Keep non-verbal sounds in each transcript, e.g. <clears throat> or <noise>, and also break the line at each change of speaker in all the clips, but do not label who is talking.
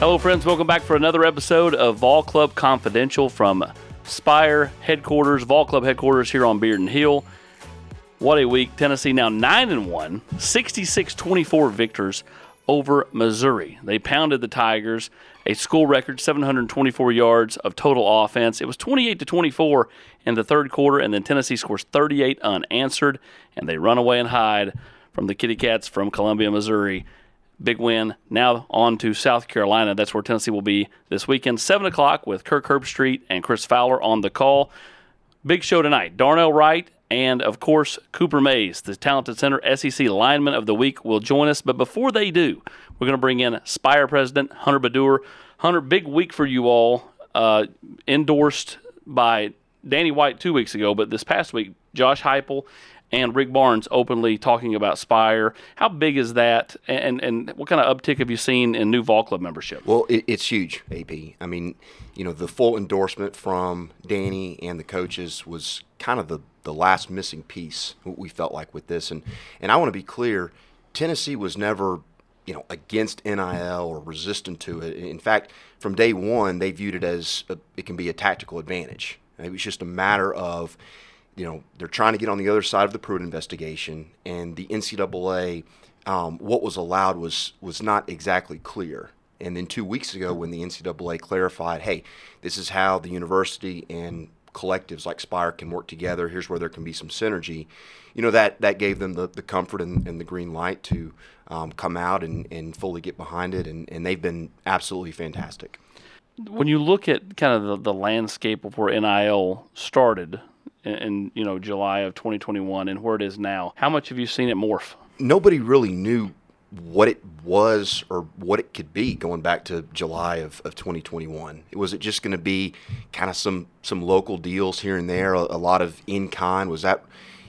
Hello, friends. Welcome back for another episode of Vol Club Confidential from Spire headquarters, Vol Club headquarters here on Bearden Hill. What a week. Tennessee now 9 and 1, 66 24 victors over Missouri. They pounded the Tigers, a school record 724 yards of total offense. It was 28 to 24 in the third quarter, and then Tennessee scores 38 unanswered, and they run away and hide from the Kitty Cats from Columbia, Missouri. Big win. Now on to South Carolina. That's where Tennessee will be this weekend, 7 o'clock, with Kirk Herbstreit and Chris Fowler on the call. Big show tonight. Darnell Wright and, of course, Cooper Mays, the talented center SEC lineman of the week, will join us. But before they do, we're going to bring in Spire president Hunter Badur. Hunter, big week for you all, uh, endorsed by Danny White two weeks ago, but this past week, Josh Heupel and Rick Barnes openly talking about Spire. How big is that, and and what kind of uptick have you seen in new Vol Club membership?
Well, it, it's huge, AP. I mean, you know, the full endorsement from Danny and the coaches was kind of the, the last missing piece what we felt like with this. And, and I want to be clear Tennessee was never, you know, against NIL or resistant to it. In fact, from day one, they viewed it as a, it can be a tactical advantage. It was just a matter of, you know, they're trying to get on the other side of the Pruitt investigation, and the NCAA, um, what was allowed was was not exactly clear. And then two weeks ago, when the NCAA clarified, hey, this is how the university and collectives like Spire can work together. Here's where there can be some synergy. You know that that gave them the, the comfort and, and the green light to um, come out and, and fully get behind it, and, and they've been absolutely fantastic.
when you look at kind of the, the landscape of where NIL started in, in you know July of 2021 and where it is now, how much have you seen it morph?
nobody really knew what it was or what it could be going back to July of, of 2021. Was it just going to be kind of some some local deals here and there, a, a lot of in kind? Was that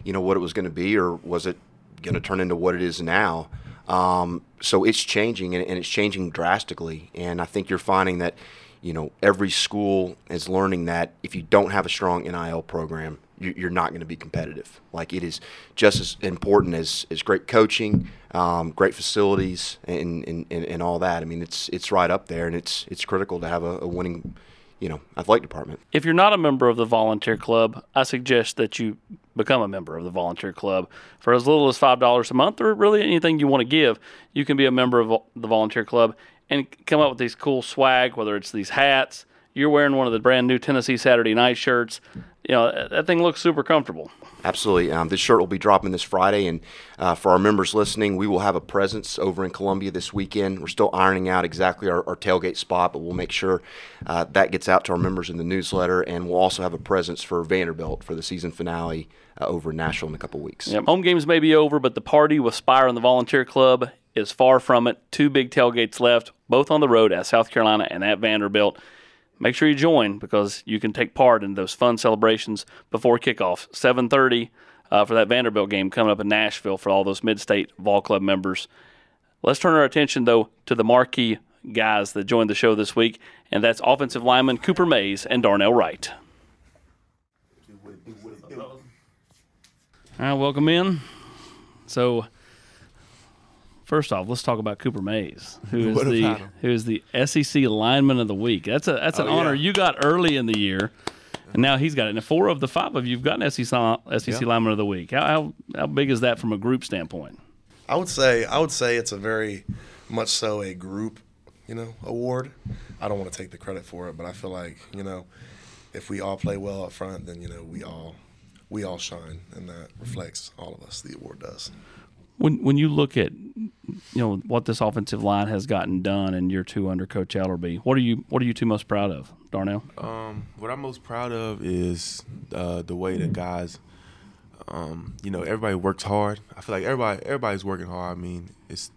you know what it was going to be, or was it going to turn into what it is now? Um, so it's changing and, and it's changing drastically. And I think you're finding that you know every school is learning that if you don't have a strong NIL program, you- you're not going to be competitive. Like it is just as important as, as great coaching, um, great facilities, and, and, and, and all that. I mean, it's it's right up there, and it's it's critical to have a, a winning, you know, athletic department.
If you're not a member of the volunteer club, I suggest that you become a member of the volunteer club for as little as five dollars a month, or really anything you want to give. You can be a member of the volunteer club and come up with these cool swag, whether it's these hats. You're wearing one of the brand new Tennessee Saturday Night shirts. You know that- that thing looks super comfortable.
Absolutely. Um, this shirt will be dropping this Friday, and uh, for our members listening, we will have a presence over in Columbia this weekend. We're still ironing out exactly our, our tailgate spot, but we'll make sure uh, that gets out to our members in the newsletter, and we'll also have a presence for Vanderbilt for the season finale uh, over in Nashville in a couple weeks.
Yep. Home games may be over, but the party with Spire and the Volunteer Club is far from it. Two big tailgates left, both on the road at South Carolina and at Vanderbilt. Make sure you join because you can take part in those fun celebrations before kickoff. 7:30 uh, for that Vanderbilt game coming up in Nashville for all those mid-state Vol Club members. Let's turn our attention though to the marquee guys that joined the show this week, and that's offensive lineman Cooper Mays and Darnell Wright. All right, welcome in. So, first off, let's talk about Cooper <laughs> Mays, who is
What
the
about him?
who is the SEC lineman of the week. That's a that's an
Oh, yeah.
honor you got early in the year, and now he's got it. And four of the five of you've gotten E SEC SEC lineman of the week. How, how how big is that from a group standpoint?
I would say I would say it's a very much so a group, you know, award. I don't want to take the credit for it, but I feel like you know, if we all play well up front, then you know we all we all shine, and that reflects all of us. The award does.
When when you look at you know what this offensive line has gotten done in year two under Coach Ellerby, what are you what are you two most proud of, Darnell?
What I'm most proud of is uh, the way that guys, um, you know, everybody works hard. I feel like everybody everybody's working hard. I mean, it's,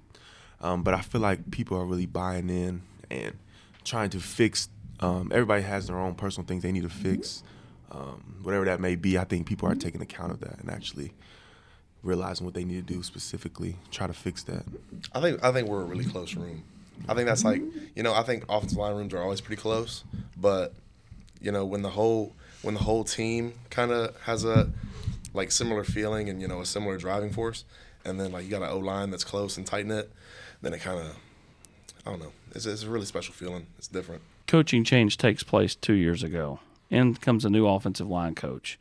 um, but I feel like people are really buying in and trying to fix. Um, everybody has their own personal things they need to fix, um, whatever that may be. I think people are taking account of that and actually realizing what they need to do specifically, try to fix that.
I think I think we're a really close room. I think that's like you know I think offensive line rooms are always pretty close, but you know when the whole when the whole team kind of has a like similar feeling and you know a similar driving force, and then like you got an O line that's close and tight knit, then it kind of I don't know. It's, it's a really special feeling. It's different.
coaching change takes place two years ago. In comes a new offensive line coach.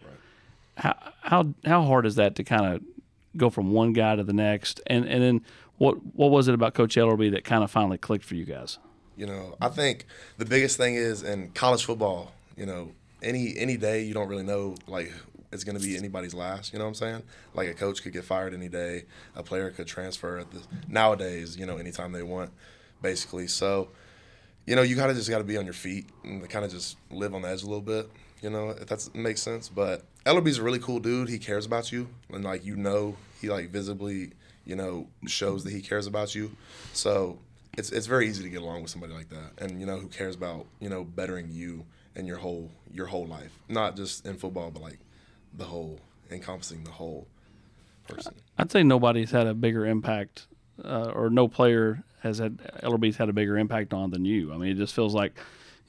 How how how hard is that to kind of go from one guy to the next? And and then what what was it about Coach Ellerby that kind of finally clicked for you guys?
You know, I think the biggest thing is in college football. You know, any any day you don't really know like it's going to be anybody's last. You know what I'm saying? Like a coach could get fired any day. A player could transfer at the nowadays. You know, anytime they want, basically. So, you know, you kind of just got to be on your feet and kind of just live on the edge a little bit. You know, if that makes sense. But Ellerby's a really cool dude. He cares about you, and like you know, he like visibly, you know, shows that he cares about you. So it's it's very easy to get along with somebody like that, and you know, who cares about you know bettering you and your whole your whole life, not just in football, but like the whole encompassing the whole person.
I'd say nobody's had a bigger impact, uh, or no player has had Ellerby's had a bigger impact on than you. I mean, it just feels like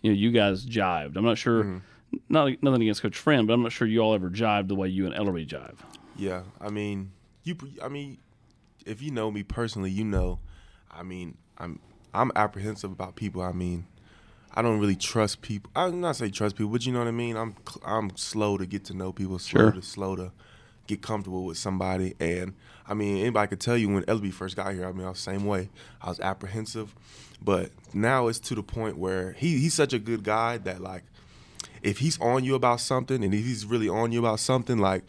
you know you guys jived. I'm not sure. Not nothing against Coach Friend, but I'm not sure you all ever jived the way you and Ellerby jive.
Yeah, I mean, you. pr- I mean, if you know me personally, you know, I mean, I'm I'm apprehensive about people. I mean, I don't really trust people. I'm not say trust people, but you know what I mean. I'm cl- I'm slow to get to know people. Slow
Sure.
to slow to get comfortable with somebody. And I mean, anybody could tell you when LB first got here. I mean, I was the same way. I was apprehensive, but now it's to the point where he he's such a good guy that like. If he's on you about something, and if he's really on you about something, like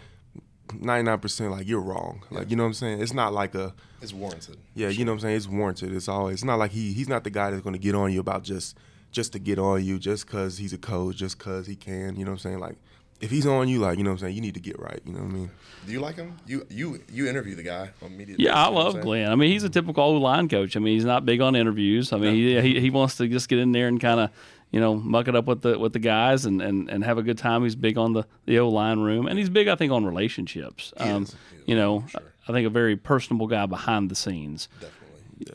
99% like you're wrong. Like you know what I'm saying? It's not like a
It's warranted.
yeah, you know what I'm saying? It's warranted. It's always it's not like he he's not the guy that's going to get on you about just just to get on you just cuz he's a coach, just cuz he can, you know what I'm saying? Like if he's on you like, you know what I'm saying? You need to get right, you know what I mean?
Do you like him? You you you interview the guy immediately.
Yeah, I
you know what I'm
love
saying? Mm-hmm.
Glenn. I mean, he's a typical old line coach. I mean, he's not big on interviews. I mean, he, he he wants to just get in there and kind of you know muck it up with the with the guys and, and, and have a good time. He's big on the the old line room, and he's big, I think, on relationships. Um, you know, I think a very personable guy behind the
<laughs>
scenes.
Definitely.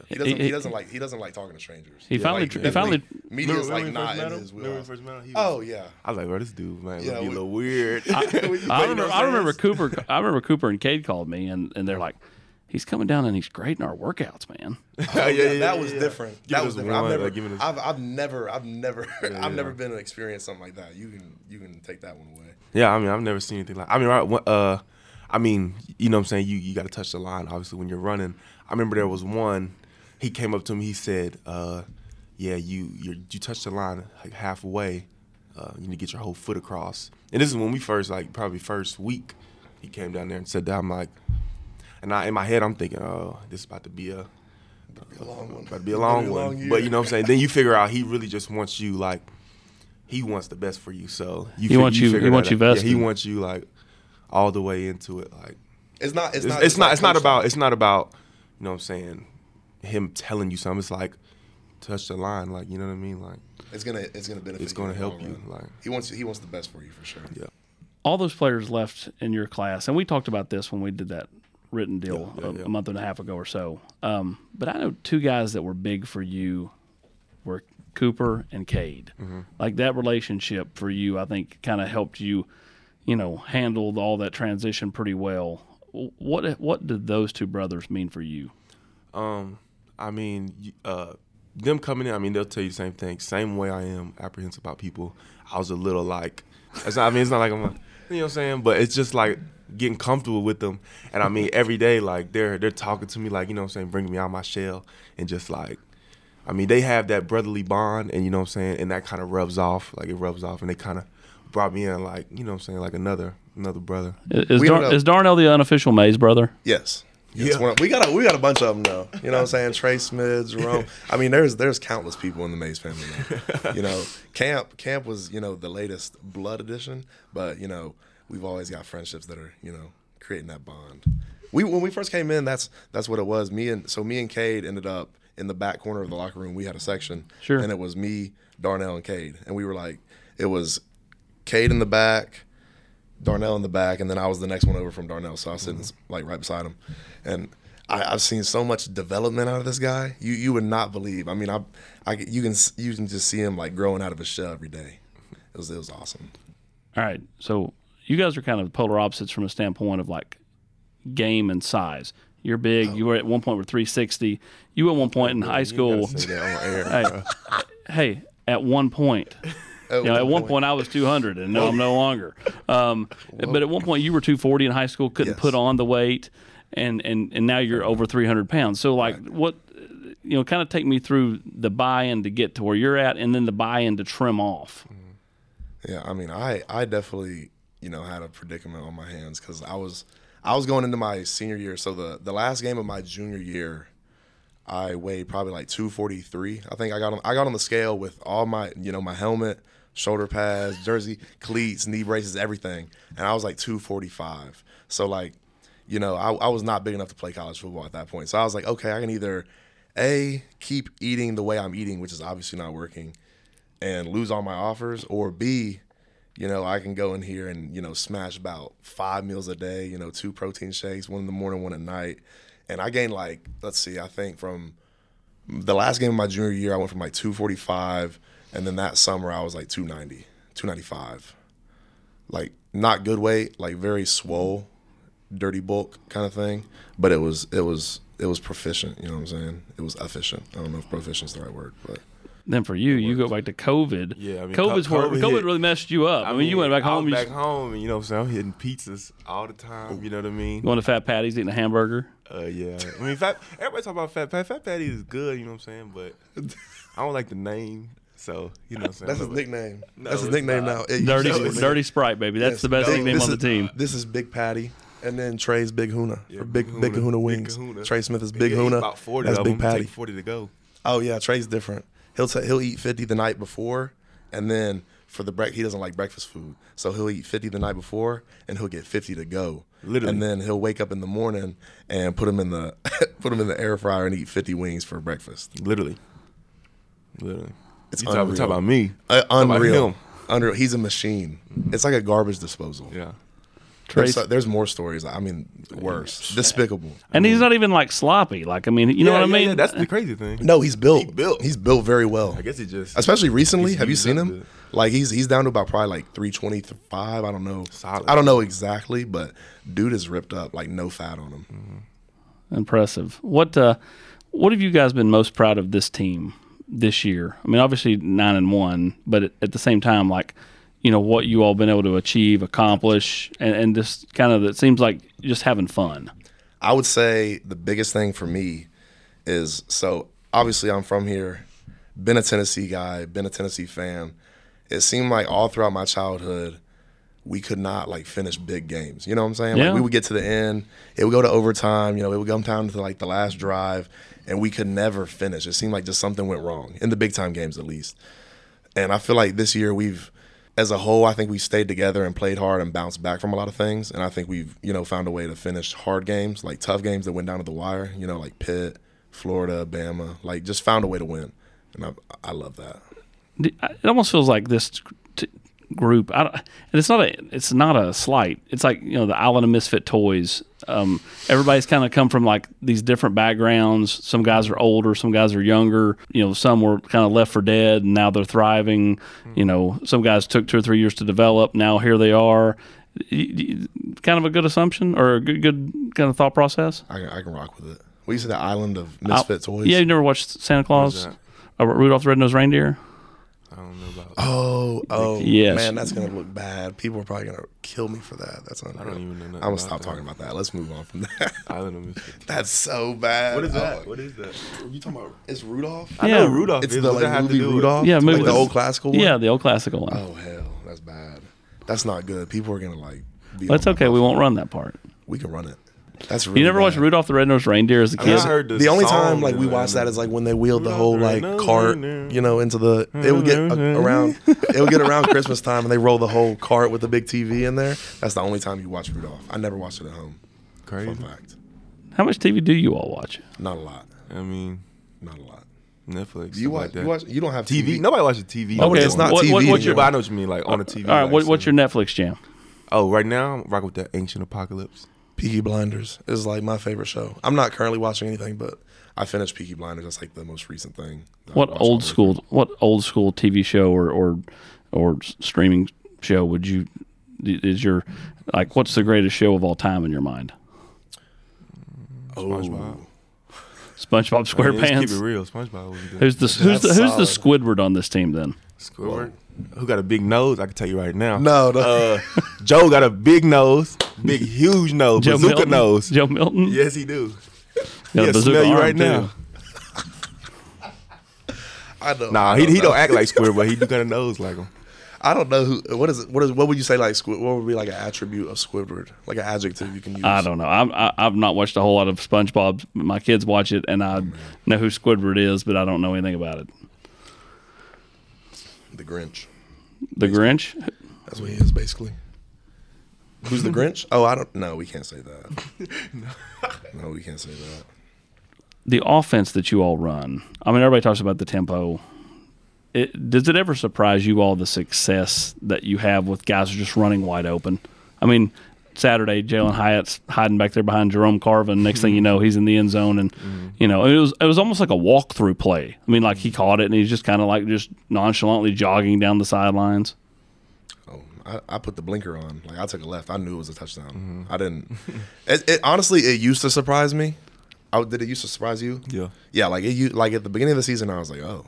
He doesn't.
He-
He doesn't like. He doesn't like talking to strangers.
He finally
Like,
tr- he finally-
definitely, Media's like not in his wheelhouse. Oh yeah.
I was like, bro, this dude, man,
Yeah,
yeah, be
we- <laughs>
a little weird.
I remember, I remember Cooper. I remember Cooper and Cade called me, and, and they're like, "He's coming down and he's great in our workouts, man."
Oh, yeah,
<laughs> yeah, yeah,
that was
yeah.
different.
Give
That
it
was
us
different. I've
one,
never,
like, give it us-
I've, I've never, I've never, I've
yeah.
never been to experience something like that. You can, you can take that one away.
Yeah, I mean, I've never seen anything like. I mean, right, when- uh, I mean, you know, what I'm saying you you got to touch the line, obviously, when you're running. I remember there was one. He came up to me. He said, uh, "Yeah, you you you touched the line like halfway. Uh, you need to get your whole foot across." And this is when we first like probably first week. He came down there and said that. I'm like, and I in my head I'm thinking, "Oh, this is about to be a
A long one.
about to be a long one."
year.
but you know, what I'm saying then you figure out he really just wants you like. He wants the best for you, so you
He
fi-
wants you-
figure
he
that
wants you
out. Yeah, he
vested.
wants you like all the way into it. Like
it's not, it's,
it's,
not,
it's not it's not
coached.
about it's not about you know what I'm saying him telling you something. It's like touch the line, like you know what I mean. Like
It's gonna, it's gonna benefit.
it's
you in
going
the
to help
long
you.
run.
Like
He wants, he wants the best for you for sure.
yeah,
all those players left in your class, and we talked about this when we did that written deal
Yeah, yeah,
a,
yeah.
a month and a half ago or so. Um, but I know two guys that were big for you were Cooper and Cade. Like that relationship for you, I think, kind of helped you, you know, handle all that transition pretty well. W- What what did those two brothers mean for you?
I mean, you- uh, them coming in, I mean, they'll tell you the same thing. Same way I am apprehensive about people. I was a little like, it's not, I mean, it's not like I'm, a, you know what I'm saying? But it's just like getting comfortable with them. And I mean, every day, like they're they're talking to me, like you know what I'm saying, bringing me out of my shell, and just like, I mean, they have that brotherly bond, and you know what I'm saying, and that kind of rubs off, like it rubs off, and they kind of brought me in, like you know what I'm saying, like another another brother.
Is,
We don't
Dar-
know.
is Darnell the unofficial Mays brother?
Yes. Yes.
Yeah.
We're- We got a we got a bunch of them though. You know what I'm saying? Trey Smith, Jerome. I mean, there's there's countless people in the Mays family now. You know, Camp Camp was you know the latest blood edition, but you know we've always got friendships that are you know creating that bond. We when we first came in, that's that's what it was. Me and so me and Cade ended up in the back corner of the locker room. We had a section,
Sure.
and it was me, Darnell, and Cade, and we were like, it was Cade in the back. Darnell in the back, and then I was the next one over from Darnell, so I was sitting
Mm-hmm.
like right beside him, and I, I've seen so much development out of this guy. You you would not believe. I mean, I, I you can s- you can just see him like growing out of his shell every day. It was it was awesome.
All right. So you guys are kind of polar opposites from a standpoint of like game and size. You're big. You were at one point were 360. Oh. You at one point in high school.
Say that on air.
<laughs> Hey, hey, at one point. You know, <laughs> at one point I was 200, and no, I'm no longer. Um, but at one point you were 240 in high school, couldn't
Yes.
put on the weight, and and and now you're over 300 pounds. So like what, you know, kind of take me through the buy-in to get to where you're at, and then the buy-in to trim off.
Yeah, I mean, I I definitely you know had a predicament on my hands because I was I was going into my senior year. So the the last game of my junior year, I weighed probably like two forty three. I think I got on I got on the scale with all my you know my helmet, shoulder pads, jersey, cleats, knee braces, everything, and I was like two forty five. So like, you know, I, I was not big enough to play college football at that point. So I was like, okay, I can either a keep eating the way I'm eating, which is obviously not working and lose all my offers, or B, you know, I can go in here and, you know, smash about five meals a day, you know, two protein shakes, one in the morning, one at night. And I gained like, let's see, I think from the last game of my junior year, I went from like 245. And then that summer, I was like 290, 295. Like, not good weight, like very swole, dirty bulk kind of thing. But it was, it was, it was proficient. You know what I'm saying? It was efficient. I don't know if proficient's the right word, but.
Then for you, you go back to COVID.
Yeah, I mean,
COVID's
co-
where
COVID
COVID
hit.
really messed you up. I mean, you went back
I
home.
was
You
back home, and you know what I'm saying? I'm hitting pizzas all the time. You know what I mean?
going to Fat Patty's, eating a
<laughs>
hamburger.
Uh, yeah. I mean, fat, everybody talk about Fat Patty. Fat Patty is good, you know what I'm saying?
<laughs>
But I don't like the name. So, you know what I'm saying?
That's his
But-
nickname. That's his
it's
nickname now. It used
Dirty,
to be his
dirty
nickname.
Sprite, baby. That's
Yes.
the best
This-
nickname
this
on the
is-
<laughs>
team.
This is Big Patty, and then Trey's Big Huna, or Big
Big
Big
Kahuna.
Kahuna
Big
Wings.
Kahuna.
Trey Smith is Big
Yeah,
Huna.
About 40
That's
of
Big
them.
Patty.
Take 40 to go.
Oh yeah, Trey's different. He'll ta- he'll eat fifty the night before, and then for the break he doesn't like breakfast food, so he'll eat fifty the night before, and he'll get fifty to go.
Literally.
And then he'll wake up in the morning and put him in the <laughs> put him in the air fryer and eat fifty wings for breakfast.
Literally. Literally.
It's
you talk,
unreal.
talk about me.
Uh,
about
unreal.
him.
Unreal. He's a machine. It's like a garbage disposal.
Yeah.
Trace-
There's, there's more stories. I mean, worse, despicable.
and he's not even like sloppy. Like I mean, you know
Mm. Yeah,
what I
yeah,
mean?
yeah, that's the crazy thing.
No, he's built.
He built.
He's built very well.
I guess he just.
Especially recently,
He's
have you
used
seen
up
him?
to-
Like he's he's down to about probably like three twenty five. I don't know.
Solid.
I don't know exactly, but dude is ripped up. Like no fat on him.
impressive. What uh, what have you guys been most proud of this team this year? I mean, obviously nine and one, but at, at the same time, like you know what you all been able to achieve, accomplish, and, and just kind of it seems like just having fun.
I would say the biggest thing for me is so obviously I'm from here, been a Tennessee guy, been a Tennessee fan. It seemed like all throughout my childhood, we could not like finish big games. You know what I'm saying?
Yeah.
Like we would get to the end, it would go to overtime, you know, it would come down to like the last drive, and we could never finish. It seemed like just something went wrong in the big time games at least. And I feel like this year we've, as a whole, I think we stayed together and played hard and bounced back from a lot of things. And I think we've, you know, found a way to finish hard games, like tough games that went down to the wire, you know, like Pitt, Florida, Bama, like just found a way to win. And I, I love that.
D- I- It almost feels like this t- group. I don't, and it's not a it's not a slight. It's like you know the Island of Misfit Toys. Um, everybody's kind of come from like these different backgrounds. Some guys are older, some guys are younger. You know, some were kind of left for dead, and now they're thriving.
Hmm.
You know, some guys took two or three years to develop. Now here they are. Y- y- Kind of a good assumption or a good, good kind of thought process.
I can, I can rock with it. We used to the island of misfit toys.
Yeah, you never watched Santa Claus,
that?
uh, Rudolph the Red-Nosed Reindeer.
I don't know about
Oh, oh,
Yes.
man, that's gonna look bad. People are probably gonna kill me for that. That's unreal. I
don't even know nothing
I'm gonna
about
stop
that.
talking about that. Let's move on from that. <laughs>
Island of Misfits.
that's so bad.
What is
Oh,
that? What is that?
you talking about? It's Rudolph.
I
Yeah.
know Rudolph.
It's
is.
the
What does that
like,
have to
movie
do with-
Rudolph.
Yeah, movie
like the
with-
old classical one.
Yeah, the old classical one.
Oh hell, that's bad. That's not good. People are gonna like. Be
That's
on my
okay.
mouth.
We won't run that part.
We can run it. That's really
You never
bad.
watched Rudolph the Red-Nosed Reindeer as a
mean,
kid?
I heard
the,
the
only
song um,
time like we
and-
watched that is like when they wheeled the whole like
Rudolph,
cart, you know, into the it would get a-
<laughs>
around it would get around Christmas time and they roll the whole cart with the big TV in there. That's the only time you watch Rudolph. I never watched it at home.
Crazy.
Fun fact.
How much TV do you all watch?
Not a lot.
I mean,
Not a lot.
Netflix.
You
stuff
watch,
like that.
you watch you don't have
TV.
TV.
Nobody watches TV.
Okay,
anymore.
it's not
what-
TV.
what- what's
Yeah,
your-
but I know what you mean, like on the TV.
All right,
like,
what, what's
so-
your Netflix jam?
Oh, right now I'm rocking with that ancient apocalypse.
Peaky Blinders is like my favorite show. I'm not currently watching anything, but I finished Peaky Blinders. That's like the most recent thing. that I
What
watched all
old
the way
school? What old school TV show or or or s- streaming show would you? Is your like what's the greatest show of all time in your mind?
SpongeBob.
SpongeBob
I mean, let's
SquarePants.
Keep it real. SpongeBob was good.
who's the who's the,
That's
who's the Squidward on this team then?
Squidward? Who got a big nose? I can tell you right now.
No, no.
Uh, Joe got a big nose, big huge nose,
Joe
bazooka
Milton.
nose.
Joe Milton.
Yes, he do.
Got a
He'll
bazooka
smell you
arm,
right
too.
now.
I know.
Nah,
I
he, he
know.
don't act like Squidward, but he do got a nose like him.
<laughs> I don't know who. What is it? What is? What would you say? Like Squid? What would be like an attribute of Squidward? Like an adjective you can use.
I don't know. I'm, I, I've not watched a whole lot of SpongeBob. My kids watch it, and I know who Squidward is, but I don't know anything about it.
The Grinch.
The Grinch.
That's what he
Mm-hmm.
is basically. Who's the Grinch? Oh, I don't. No, we can't say that.
<laughs>
no. we can't say that.
the offense that you all run, I mean, everybody talks about the tempo. It, does it ever surprise you all the success that you have with guys who are just running wide open? I mean, Saturday, Jalen Hyatt's hiding back there behind Jerome Carvin. Next thing you know, he's in the end zone, and you know it was it was almost like a walkthrough play. I mean, like he caught it, and he's just kind of like just nonchalantly jogging down the sidelines.
Oh, I, I put the blinker on. Like I took a left. I knew it was a touchdown.
Mm-hmm.
I didn't. It, it honestly, it used to surprise me. Oh, did it used to surprise you?
Yeah.
Yeah, like it. u- Like at the beginning of the season, I was like, oh,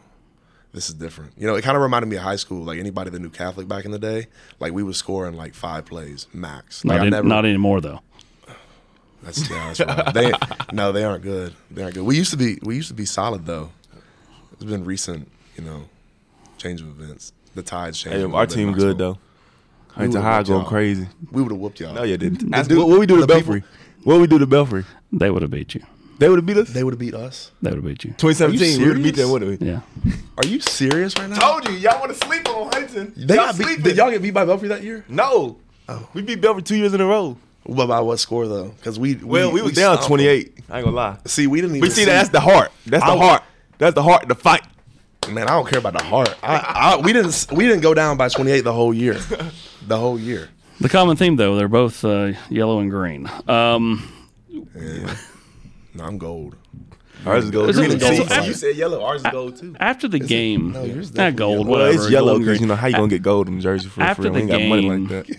this is different. You know, it kind of reminded me of high school. Like anybody that knew Catholic back in the day, like we would score in like five plays max. Like
Not, in, not anymore though.
That's, yeah, that's right. they no, they aren't good. They aren't good. We used to be we used to be solid though. It's been recent, you know, change of events. The tides changed.
Hey,
a little
our
bit
team
in
good
Knoxville.
though. Hunter
would've
High
whooped
going
y'all.
crazy.
We would have whooped y'all.
No, you didn't. Ask
dude-
what, what we do to
the people-
Belfry? What we do to Belfry?
They would have beat you.
They would have beat us.
They would have beat us.
They would have beat you.
2017. We would have beat them,
serious?
wouldn't we?
Yeah.
Are you serious right now?
Told you, y'all want to sleep on Huntington.
They
y'all Oh.
got beat,
sleeping.
did y'all get beat by Belfry that year?
no. We beat Belfry two years in a row.
Well, by what score though? Because we
Well, we, was down
stomped
28. I ain't gonna lie.
them. See, we didn't.
But
Even
see, that's the heart. That's the
I-
heart. That's the heart. The fight.
man. I don't care about the heart. I, I we didn't we didn't go down by twenty eight the whole year, the whole year.
The common theme though, they're both uh, yellow and green. Um,
No, I'm gold.
Ours is gold.
It's
Green
a-
and
it's a-
gold.
actually-
You said yellow. Ours is gold too.
After the game,
no, yours
not
definitely
gold,
yellow.
Well,
whatever.
it's yellow
gold,
because you
green.
know how you gonna get gold in Jersey for
After
free.
the
we ain't got money
game-
like that.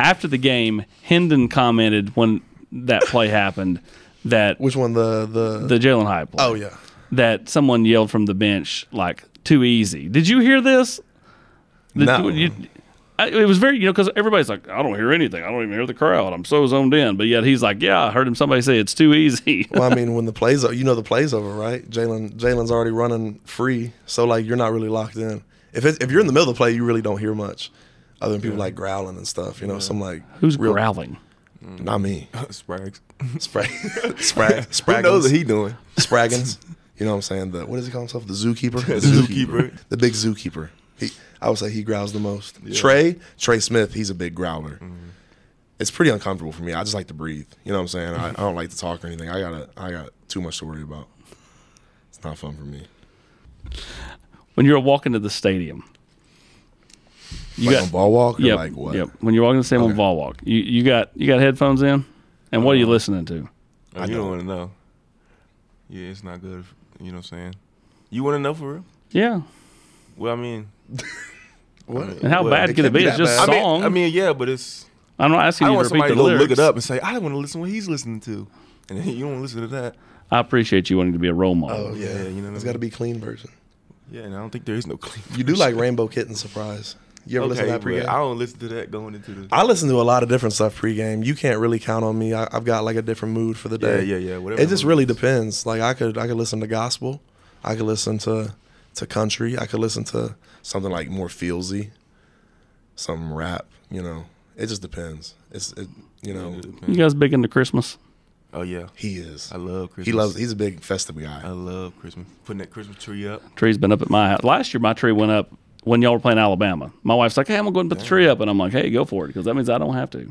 After the game, Hendon commented when that play happened that
Which one? The the,
the Jalen High play.
oh yeah.
that someone yelled from the bench like too easy. Did you hear this? Did
No.
you- you- I- it was very you know because everybody's like I don't hear anything. I don't even hear the crowd. I'm so zoned in. But yet he's like, yeah, I heard him. Somebody say it's too easy. <laughs>
Well, I mean, when the plays, o- you know, the plays over, right? Jalen Jalen's already running free, so like you're not really locked in. If it's, if you're in the middle of the play, you really don't hear much, other than people like growling and stuff. You know, some like
Who's
real-
growling?
Not
<laughs>
me.
Sprags.
<laughs> Sprag, Sprag,
Who knows
Spraggins.
what he doing?
Spraggins. You know what I'm saying? The what does he call himself? The zookeeper. The
zookeeper.
The big zookeeper. He, I would say he growls the most. Trey, Trey Smith. He's a big growler.
Mm-hmm.
It's pretty uncomfortable for me. I just like to breathe. You know what I'm saying? I, I don't like to talk or anything. I got I got too much to worry about. It's not fun for me.
When you're walking to the stadium, you
like on ball walk or
Yep.
like what?
Yep. When you're walking the same on ball walk, you, you got you got headphones in, and what are you
Uh-huh.
listening to?
Oh, you don't want to know. Yeah, it's not good. If, you know what I'm saying? You want to know for real?
Yeah.
Well, I mean,
What?
And how
Well,
bad
it
could it
can't be
be? It's
that
just
I
bad.
song.
mean, I mean, yeah, but it's.
am not asking
I
you to
don't want
repeat the
somebody to go
lyrics.
look it up and say, I don't want to listen to what he's listening to. And then you don't listen to that.
I appreciate you wanting to be a role model.
Oh yeah.
Yeah, you know what
it's
I
got to
mean?
be clean version.
Yeah, and I don't think there is no clean.
You do like Rainbow Kitten Surprise. You ever listen
<laughs> Okay,
to that
but
pregame?
I don't listen to that going into the.
I listen to a lot of different stuff pregame. You can't really count on me. I, I've got like a different mood for the
Yeah,
day.
yeah, yeah, whatever
It just
mood
really
it is.
depends. Like I could I could listen to gospel, I could listen to to country, I could listen to something like more feelsy, some rap. You know, it just depends. It's it, you know
You guys big into Christmas?
Oh yeah,
he is.
I love Christmas. Oh.
He loves. He's a big festive guy.
I love Christmas. Putting that Christmas tree up.
Tree's been up at my house. Last year, my tree went up when y'all were playing Alabama. My wife's like, "Hey, I'm gonna go ahead and put the tree up," and I'm like, "Hey, go for it," because that means I don't have to.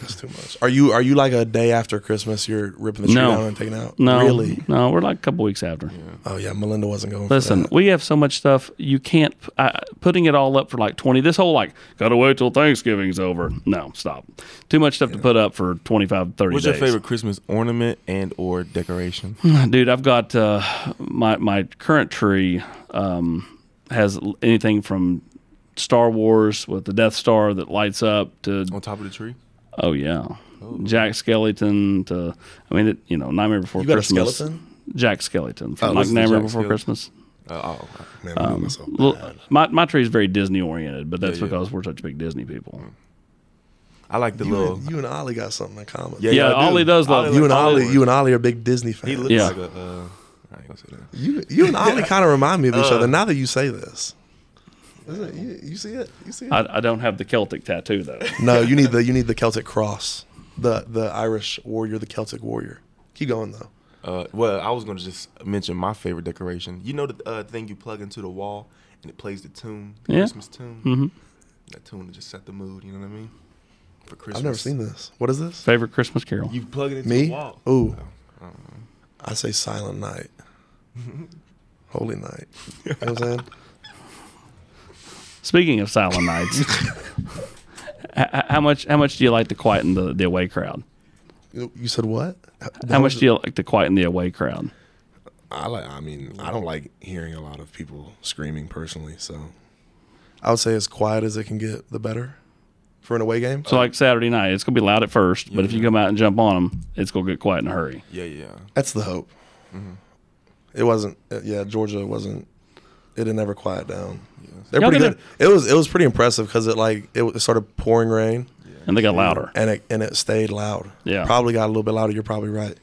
That's too much. Are you are you like a day after Christmas? You're ripping the tree
No.
down and taking it out.
No,
really.
no, we're like a couple weeks after.
Oh yeah, Melinda wasn't going.
Listen,
for
we have so much stuff. You can't uh, putting it all up for like twenty. This whole like gotta wait till Thanksgiving's over. No, stop. Too much stuff to put up for 25, 30
What's
days.
your favorite Christmas ornament and or decoration?
<clears throat> Dude, I've got uh, my my current tree um, has l- anything from Star Wars with the Death Star that lights up to
On top of the tree?
Oh yeah, Jack Skellington to I mean, it, you know, Nightmare Before
You got a
Christmas.
skeleton?
Jack Skellington from
Oh,
like
listen to
Nightmare
Jack
Before
Skellington.
Christmas.
Uh, oh,
Man, I'm
um,
doing myself
Look,
bad.
my my tree is very Disney oriented, but that's
Yeah, yeah.
because we're such big Disney people.
I like the
You
little.
and, you and Ollie got something in common.
Yeah,
Yeah,
I do.
Ollie does love-
Ollie
You
like
and
Hollywood.
Ollie, you and Ollie are big Disney fans.
He looks
Yeah.
like a. Uh, I ain't gonna say that.
You, you and Ollie kind of remind me of
Uh.
each other. Now that you say this, Isn't it- you, you see it. You see it.
I, I don't have the Celtic tattoo
<laughs>
though.
no, you need the you need the Celtic cross, the the Irish warrior, the Celtic warrior. Keep going though.
Uh, well, I was gonna just mention my favorite decoration. You know the uh, thing you plug into the wall and it plays the tune, the
Yeah.
Christmas tune. Mm-hmm. That tune to just set the mood. You know what I mean? For Christmas,
I've never seen this. What is this?
Favorite Christmas Carol.
You plug it into the
Me?
wall.
Ooh. I say Silent
<laughs>
Night, Holy Night. You know what I'm saying?
Speaking of silent
<laughs>
nights, h- h- how much how much do you like to quieten the, the away crowd?
You- You said what?
How much do you like to quieten the away crowd?
I like. I mean, I don't like hearing a lot of people screaming personally. So, I would say as quiet as it can get, the better for an away game.
So like Saturday night, it's gonna be loud at first, but if you come out and jump on them, it's gonna get quiet in a hurry.
Yeah, yeah.
That's the hope. Mm-hmm. It wasn't. uh, Yeah, Georgia wasn't. It had never quiet down. They're
Y'all
pretty
gonna-
good. It was. It was pretty impressive because it like it, it started pouring rain
And they got louder.
and it and it stayed loud.
Yeah. Mm-hmm.
probably got a little bit louder. You're probably right.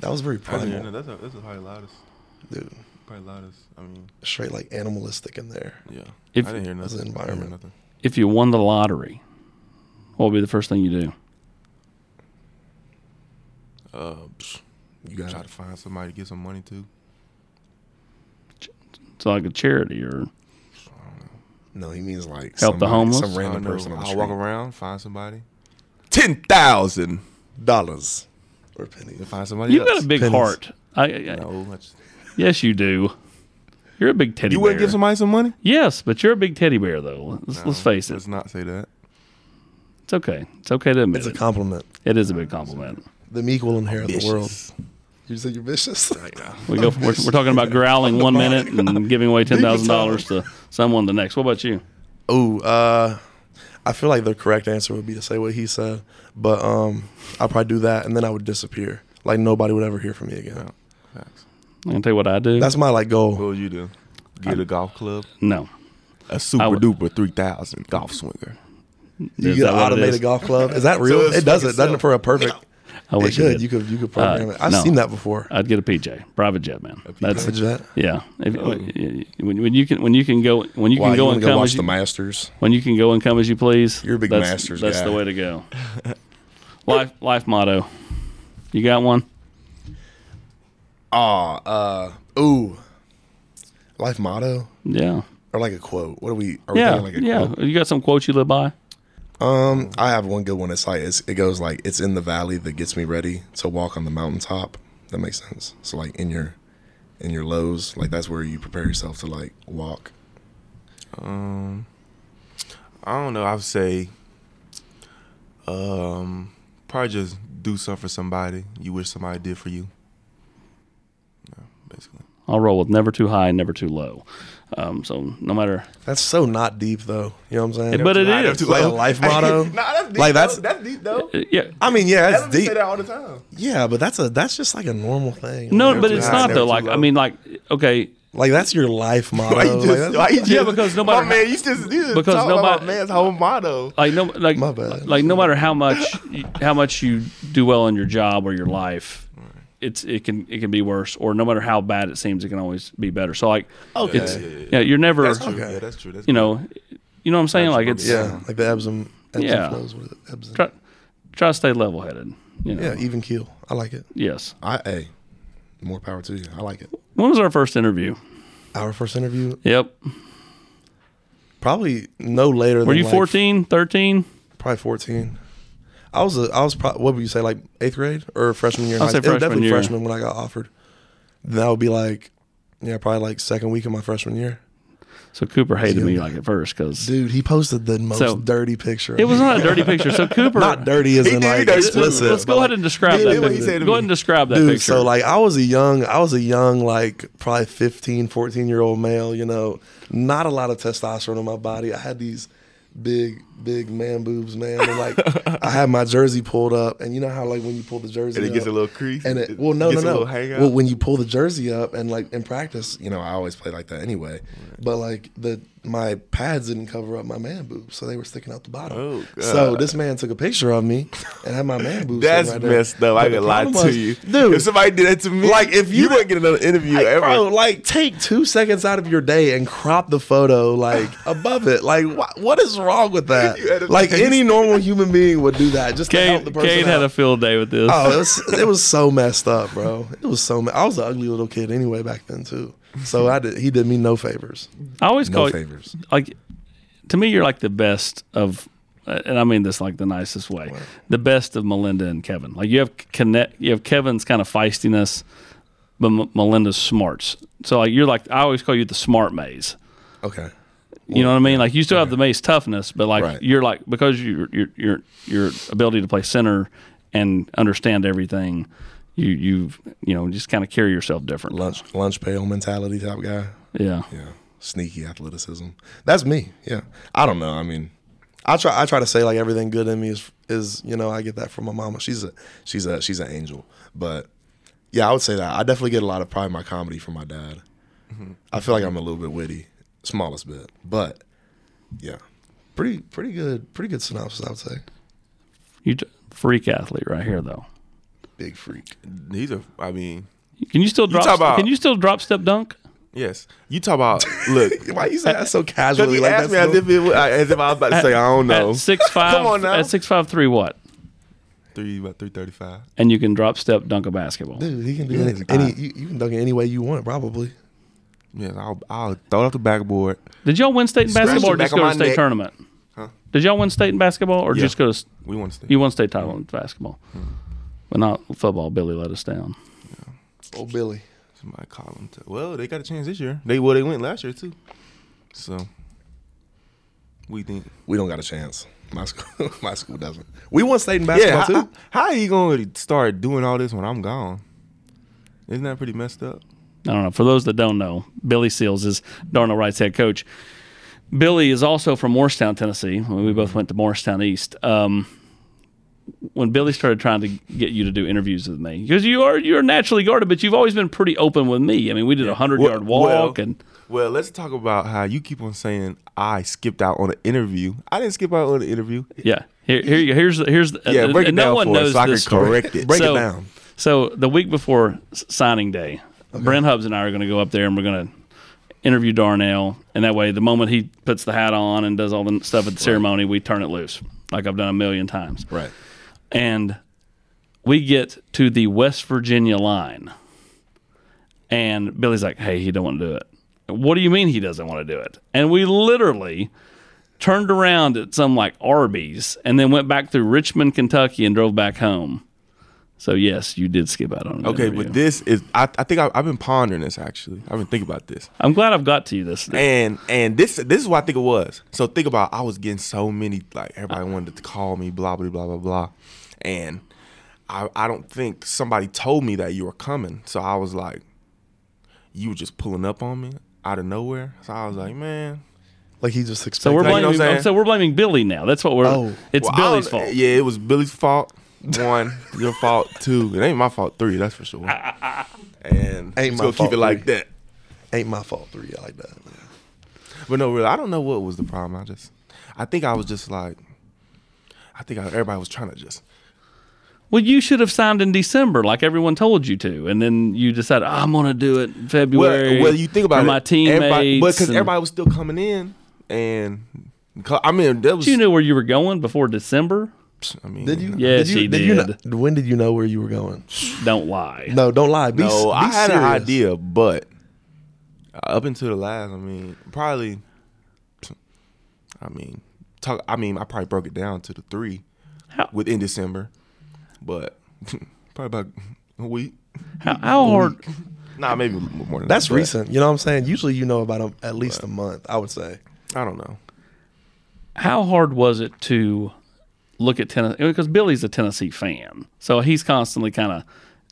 That was very
That's,
primal,
that's, that's probably loudest.
dude.
Probably loudest. I mean,
Straight like animalistic in there.
yeah.
If-
I didn't hear nothing.
That's the
I didn't hear
environment.
nothing.
If you won the lottery, what would be the first thing you do?
Uh, psh,
You got
try
it.
to find somebody to get some money to.
It's like a charity or
No, he means like
Help the homeless?
some
I don't
random
know.
person on the
I'll
street.
walk around, find somebody. Ten thousand.
Dollars or pennies.
Find somebody.
you've
else.
got a big
pennies.
heart. I, I,
No, I just-
yes, you do. You're a big teddy
you
bear.
wouldn't give somebody some money?
yes, but you're a big teddy bear though. Let's, let's
No,
face it.
Let's not say that.
It's okay. It's okay to admit
It's a
it.
compliment.
it is a big compliment.
The meek will inherit the world. You said you're <laughs> vicious.
We go. From, we're, we're talking about growling one minute and giving away ten thousand dollars to someone the next. What about you?
Ooh, uh, I feel like the correct answer would be to say what he said, but um, I'd probably do that, and then I would disappear. Like nobody would ever hear from me again.
Yeah. Facts.
I'm gonna tell you what I do.
That's my like
What
goal.
would you do? Get a golf club,
no.
a super
would-
duper three thousand golf swinger.
You
Is
get
that
an
what it
automated
is?
golf club. <laughs> Is that real?
it's
it does
fucking
it. Doesn't it for a perfect.
I
It
wish you
could.
did.
You could. You could program
Uh,
it. I've
no.
seen that before.
I'd get a PJ, private jet, man. That's
That's a jet.
yeah. If, when, when you can when you can go when you can
Why, you
go
wanna
and
go
come
watch
as
the
you,
Masters?
when you can go and come as you please.
You're a big
that's,
Masters
That's
guy.
the way to go. life life motto. You got one?
Ah, uh, ooh. Life motto
Yeah.
or like a quote. What are we? Are we
Yeah.
thinking like a
yeah.
quote?
You got some quotes you live by?
Um, I have one good one. It's like it's, it goes like it's in the valley that gets me ready to walk on the mountaintop. That makes sense. So like in your in your lows, like that's where you prepare yourself to like walk.
Um, I don't know. I would say, um, probably just do something for somebody you wish somebody did for you. Yeah, basically. <laughs>
I'll roll with never too high, never too low. Um, so no matter
That's so not deep though. You know what I'm saying?
But it is.
like a
<laughs>
life motto. like that's
deep though.
uh, yeah.
I mean, yeah, that's deep.
all the time.
Yeah, but that's a that's just like a normal thing.
No,
Like,
but
too
it's
high,
not
never
though.
too
Like I
low.
mean, like okay,
like that's your life motto.
<laughs> Why you
Like,
just,
that's-
why you just,
Yeah, because no
my
matter-
man, you just, you just
because
talk
no
about
matter-
man's whole motto.
like no, like
My bad.
like no matter how much <laughs> you- how much you do well in your job or your life, it's it can it can be worse. Or no matter how bad it seems, it can always be better. So like, okay, it's,
yeah, yeah.
yeah, you're never
That's true.
Okay.
Yeah, that's true. That's
you know, you know what I'm saying. Like it's
yeah, like the ebbs and ebbs
Yeah.
and flows with it. Ebbs and,
try try to stay level headed. You know,
yeah, even keel. I like it.
yes.
I hey, more power to you. I like it.
When was our first interview?
Our first interview,
Yep.
probably no later.
Were
than
you
like,
14, 13?
Probably fourteen. I was a, I was probably what would you say like eighth grade or freshman year? in
I'll
high
say
school? It
freshman
was definitely
year.
freshman when I got offered. That would be like yeah, probably like second week of my freshman year.
So Cooper hated me like at first because
Dude, he posted the most
So-
dirty picture.
it was not a dirty picture. So Cooper,
<laughs> not dirty as in
did
like
dirty.
explicit.
let's go
but,
ahead and describe
Yeah,
that.
yeah, what he
picture.
said
Go
to me.
ahead and describe that
dude
picture.
so like i was a young i was a young like probably 15 14 year old male you know not a lot of testosterone in my body i had these big big man boobs, man. But
<laughs>
like I had my jersey pulled up, and you know how like when you pull the jersey,
And it gets
up,
a little crease?
and it
It
well no no
gets a
no.
little hangout?
Well, when you pull the jersey up and like in practice, you know I always play like that anyway. But like the my pads didn't cover up my man boobs, so they were sticking out the bottom.
Oh, God.
So this man took a picture of me and had my
<laughs>
man boobs. sitting
That's
right there.
messed up. I
But the
could lie
problem
to
was,
you,
dude.
If somebody did that to me,
Like, if you-
wouldn't get another interview
Like,
ever.
bro, like take two seconds out of your day and crop the photo
<laughs>
like above it. Like, wh- what is wrong with
You had a-
that? Like any normal human being would do that just to help the
Cade,
person.
Cade had a
out.
field day with this.
<laughs> oh, it was it was so messed up, bro. It was so. Me- I was an ugly little kid anyway back then too. So I did. He did me no favors.
I always
No
call you,
favors.
like to me, you're like the best of, uh, and I mean this like the nicest way, the best of Melinda and Kevin. Like you have connect, you have Kevin's kind of feistiness, but M- Melinda's smarts. So like you're like I always call you the smart maze.
Okay.
You know what I mean? Like you still have the maze toughness, but like
Right.
you're like because your your your your ability to play center and understand everything, you you you know just kind of carry yourself different.
Lunch lunch pail mentality type guy.
Yeah.
Yeah. Sneaky athleticism. That's me. Yeah. I don't know. I mean, I try I try to say like everything good in me is is, you know, I get that from my mama. She's a she's a she's an angel. But yeah, I would say that. I definitely get a lot of pride in my comedy from my dad.
Mm-hmm.
I feel like I'm a little bit witty, smallest bit. But yeah. Pretty pretty good pretty good synopsis, I would say.
You t- freak athlete right here though.
Big freak.
These are, I mean,
Can you still drop?
talk about-
can you still drop step dunk?
yes. You talk <laughs> about look.
Why you say that
<laughs>
so
Because
casually?
you
Like
asked
that's
me as
no-
if, it, was- as if I was about to say I don't know.
At six five,
<laughs> Come on now.
at six five three, what?
Three about three thirty five.
And you can drop step dunk a basketball.
Dude, he can do any, any you, you can dunk it any way you want, probably.
Yeah, I'll, I'll throw it off the backboard.
Did y'all win state in
Scratch
basketball or
the back
just
of
go to
my
state
neck.
tournament? Did y'all win state in basketball or
Yeah. Hmm.
just go to? s-
We want to stay.
You won state title in basketball, but not football. Billy let us down.
Oh Billy.
Somebody call them. To, well, they got a chance this year. They well, they went last year too. So we think.
We don't got a chance. My school, <laughs> my school doesn't. We won state in basketball
Yeah,
too.
how, how- how are you going to start doing all this when I'm gone? Isn't that pretty messed up?
I don't know. For those that don't know, Billy Seals is Darnell Wright's head coach. Billy is also from Morristown, Tennessee.
Mm-hmm.
We both went to Morristown East. Um, when Billy started trying to get you to do interviews with me, because you are you're naturally guarded, but you've always been pretty open with me. I mean, we did a hundred
Well-
yard walk, and
well, let's talk about how you keep on saying I skipped out on an interview. I didn't skip out on an interview.
yeah, here, here you, here's here's
Yeah, break it
and
down
Uh, no one
for us
knows
so I
this
can
story.
correct it. Break
<laughs> so,
it down.
So the week before s- signing day, Brent Hubbs and I are going to go up there and we're going to interview Darnell. And that way, the moment he puts the hat on and does all the stuff at the ceremony, we turn it loose, like I've done a million times.
Right.
And we get to the West Virginia line, and Billy's like, "Hey, he don't want to do it." What do you mean he doesn't want to do it? And we literally turned around at some like Arby's and then went back through Richmond, Kentucky, and drove back home. So yes, you did skip out on it.
Okay, but this is I, I think I, I've been pondering this actually. I've been thinking about this.
I'm glad I've got to you this.
And and this this is what I think it was. So think about I was getting so many like everybody wanted to call me blah blah blah blah blah, and I I don't think somebody told me that you were coming. So I was like, you were just pulling up on me out of nowhere. So I was like, man,
Like he just expected.
so we're
you know what
blaming.
I'm saying?
so we're blaming Billy now. That's what we're.
Oh.
it's
Well, I
Billy's
don't-
fault.
Yeah, it was Billy's fault. One,
<laughs>
your fault. Two, it ain't my fault. Three, that's for sure. And
Ain't
just
my
gonna
fault,
keep it like
three.
that.
ain't my fault three I like that.
But no, really, I don't know what was the problem. I just, I think I was just like, I think I, everybody was trying to just.
Well, you should have signed in December, like everyone told you to, and then you decided "Oh, I'm going to do it in February.
Well, well, you think
for
about it,
my teammates,
everybody, but because
and-
everybody was still coming in, and 'cause- I mean, that was.
you knew where you were going before December.
I mean,
Did you?
Yes,
did you,
he
you
did.
kno- when did you know where you were going?
Don't lie.
No, don't lie. Be, s-
No,
be
I had
serious.
an idea, but uh, up until the last, I mean, probably. I mean, talk. I mean, I probably broke it down to the three
How-
within December, but <laughs> probably about a week.
How, how hard?
Nah, maybe more than
That's
that, but
recent. You know what I'm saying? Usually you know about a, at least a month, I would say.
I don't know.
How hard was it to look at Tennessee? Because Billy's a Tennessee fan, so he's constantly kind of.